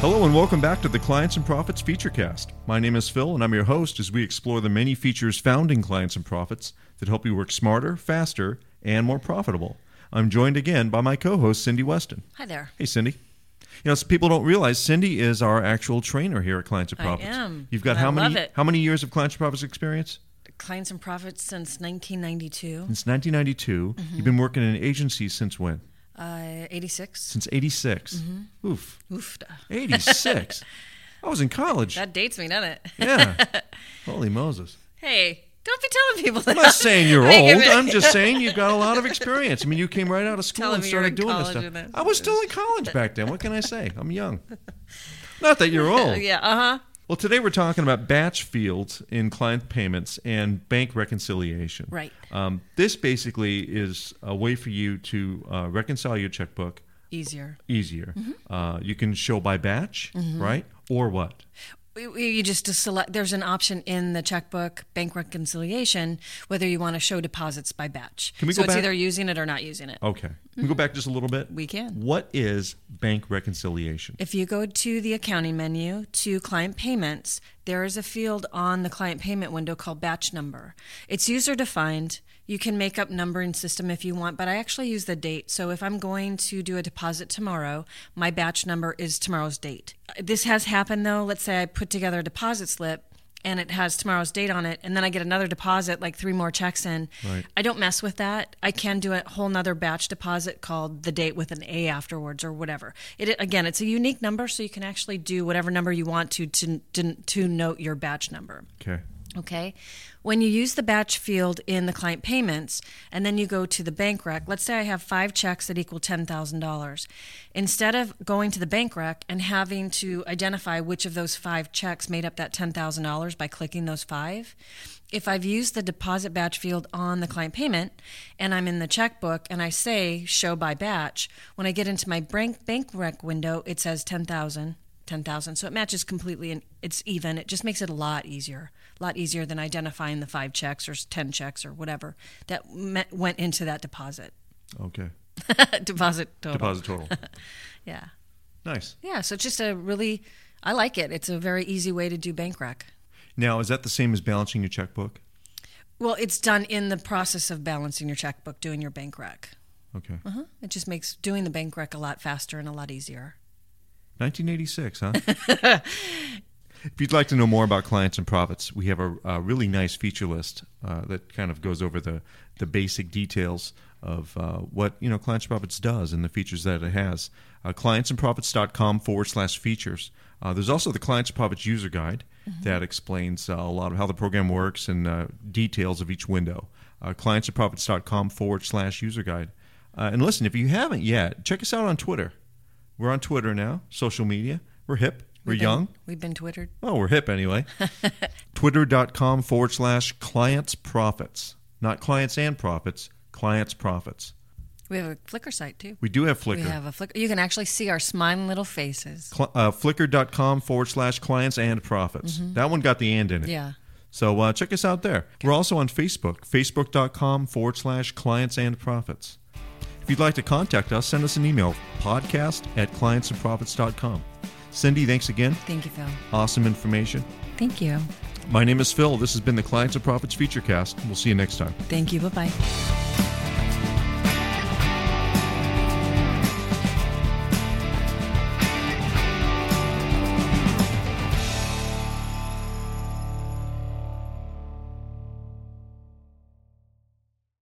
Hello and welcome back to the Clients and Profits Featurecast. My name is Phil and I'm your host as we explore the many features found in Clients and Profits that help you work smarter, faster, and more profitable. I'm joined again by my co-host Cindy Weston. Hi there. Hey Cindy. You know, so people don't realize Cindy is our actual trainer here at Clients and I Profits. am, You've got and I how many love it. how many years of Clients and Profits experience? Clients and Profits since 1992, Since 1992. Mm-hmm. You've been working in an agency since when? uh, 86. Since 86. Mm-hmm. Oof. Oof. 86. I was in college. That dates me, doesn't it? yeah. Holy Moses. Hey, don't be telling people that. I'm not saying you're Wait a old. minute. I'm just saying you've got a lot of experience. I mean, you came right out of school Telling and me you were started in doing this college stuff. and that- I was still in college back then. What can I say? I'm young. Not that you're old. Yeah, uh huh. Well, today we're talking about batch fields in client payments and bank reconciliation. Right. Um, this basically is a way for you to uh, reconcile your checkbook Easier. easier. Mm-hmm. Uh, you can show by batch, right? Or what? We- we- You just to select. There's an option in the checkbook bank reconciliation whether you want to show deposits by batch. Can we so go it's back? either using it or not using it. Okay. Can we go back just a little bit? Mm-hmm. We can. What is bank reconciliation? If you go to the accounting menu to client payments, there is a field on the client payment window called batch number. It's user defined. You can make up numbering system if you want, but I actually use the date. So if I'm going to do a deposit tomorrow, my batch number is tomorrow's date. This has happened though. Let's say I put together a deposit slip and it has tomorrow's date on it and then i get another deposit like three more checks in Right. i don't mess with that i can do a whole nother batch deposit called the date with an a afterwards or whatever it again it's a unique number so you can actually do whatever number you want to to, to, to note your batch number Okay. Okay. When you use the batch field in the client payments and then you go to the bank rec, let's say I have five checks that equal $10,000. Instead of going to the bank rec and having to identify which of those five checks made up that $10,000 by clicking those five, if I've used the deposit batch field on the client payment and I'm in the checkbook and I say show by batch, when I get into my bank, bank rec window, it says 10,000 ten thousand. So it matches completely, and it's even. It just makes it a lot easier, a lot easier than identifying the five checks or s- ten checks or whatever that me- went into that deposit. Okay. deposit total. Deposit total. Yeah, nice. yeah. So it's just a really, I like it. It's a very easy way to do bank rec. Now, is that the same as balancing your checkbook? Well, it's done in the process of balancing your checkbook, doing your bank rec. Okay. Uh-huh. It just makes doing the bank rec a lot faster and a lot easier. 1986, huh? if you'd like to know more about clients and profits, we have a, a really nice feature list uh, that kind of goes over the, the basic details of uh, what you know clients and profits does and the features that it has. Uh, clientsandprofits.com forward slash features. Uh, there's also the clients and profits user guide that explains uh, a lot of how the program works and uh, details of each window. Uh, clientsandprofits.com forward slash user guide. Uh, and listen, if you haven't yet, check us out on Twitter. We're on Twitter now, social media. We're hip. We're young. We've been Twittered. Well, we're hip anyway. Twitter.com forward slash clients profits. Not clients and profits, clients profits. We have a Flickr site too. We do have Flickr. We have a Flickr. You can actually see our smiling little faces. Cl- uh, Flickr.com forward slash clients and profits. That one got the and in it. Mm-hmm. Yeah. So uh, check us out there. We're also on Facebook, facebook.com forward slash clients and profits. If you'd like to contact us, send us an email, podcast at clientsandprofits.com. Cindy, thanks again. Thank you, Phil. Awesome information. Thank you. My name is Phil. This has been the Clients of Profits Featurecast. We'll see you next time. Thank you. Bye bye.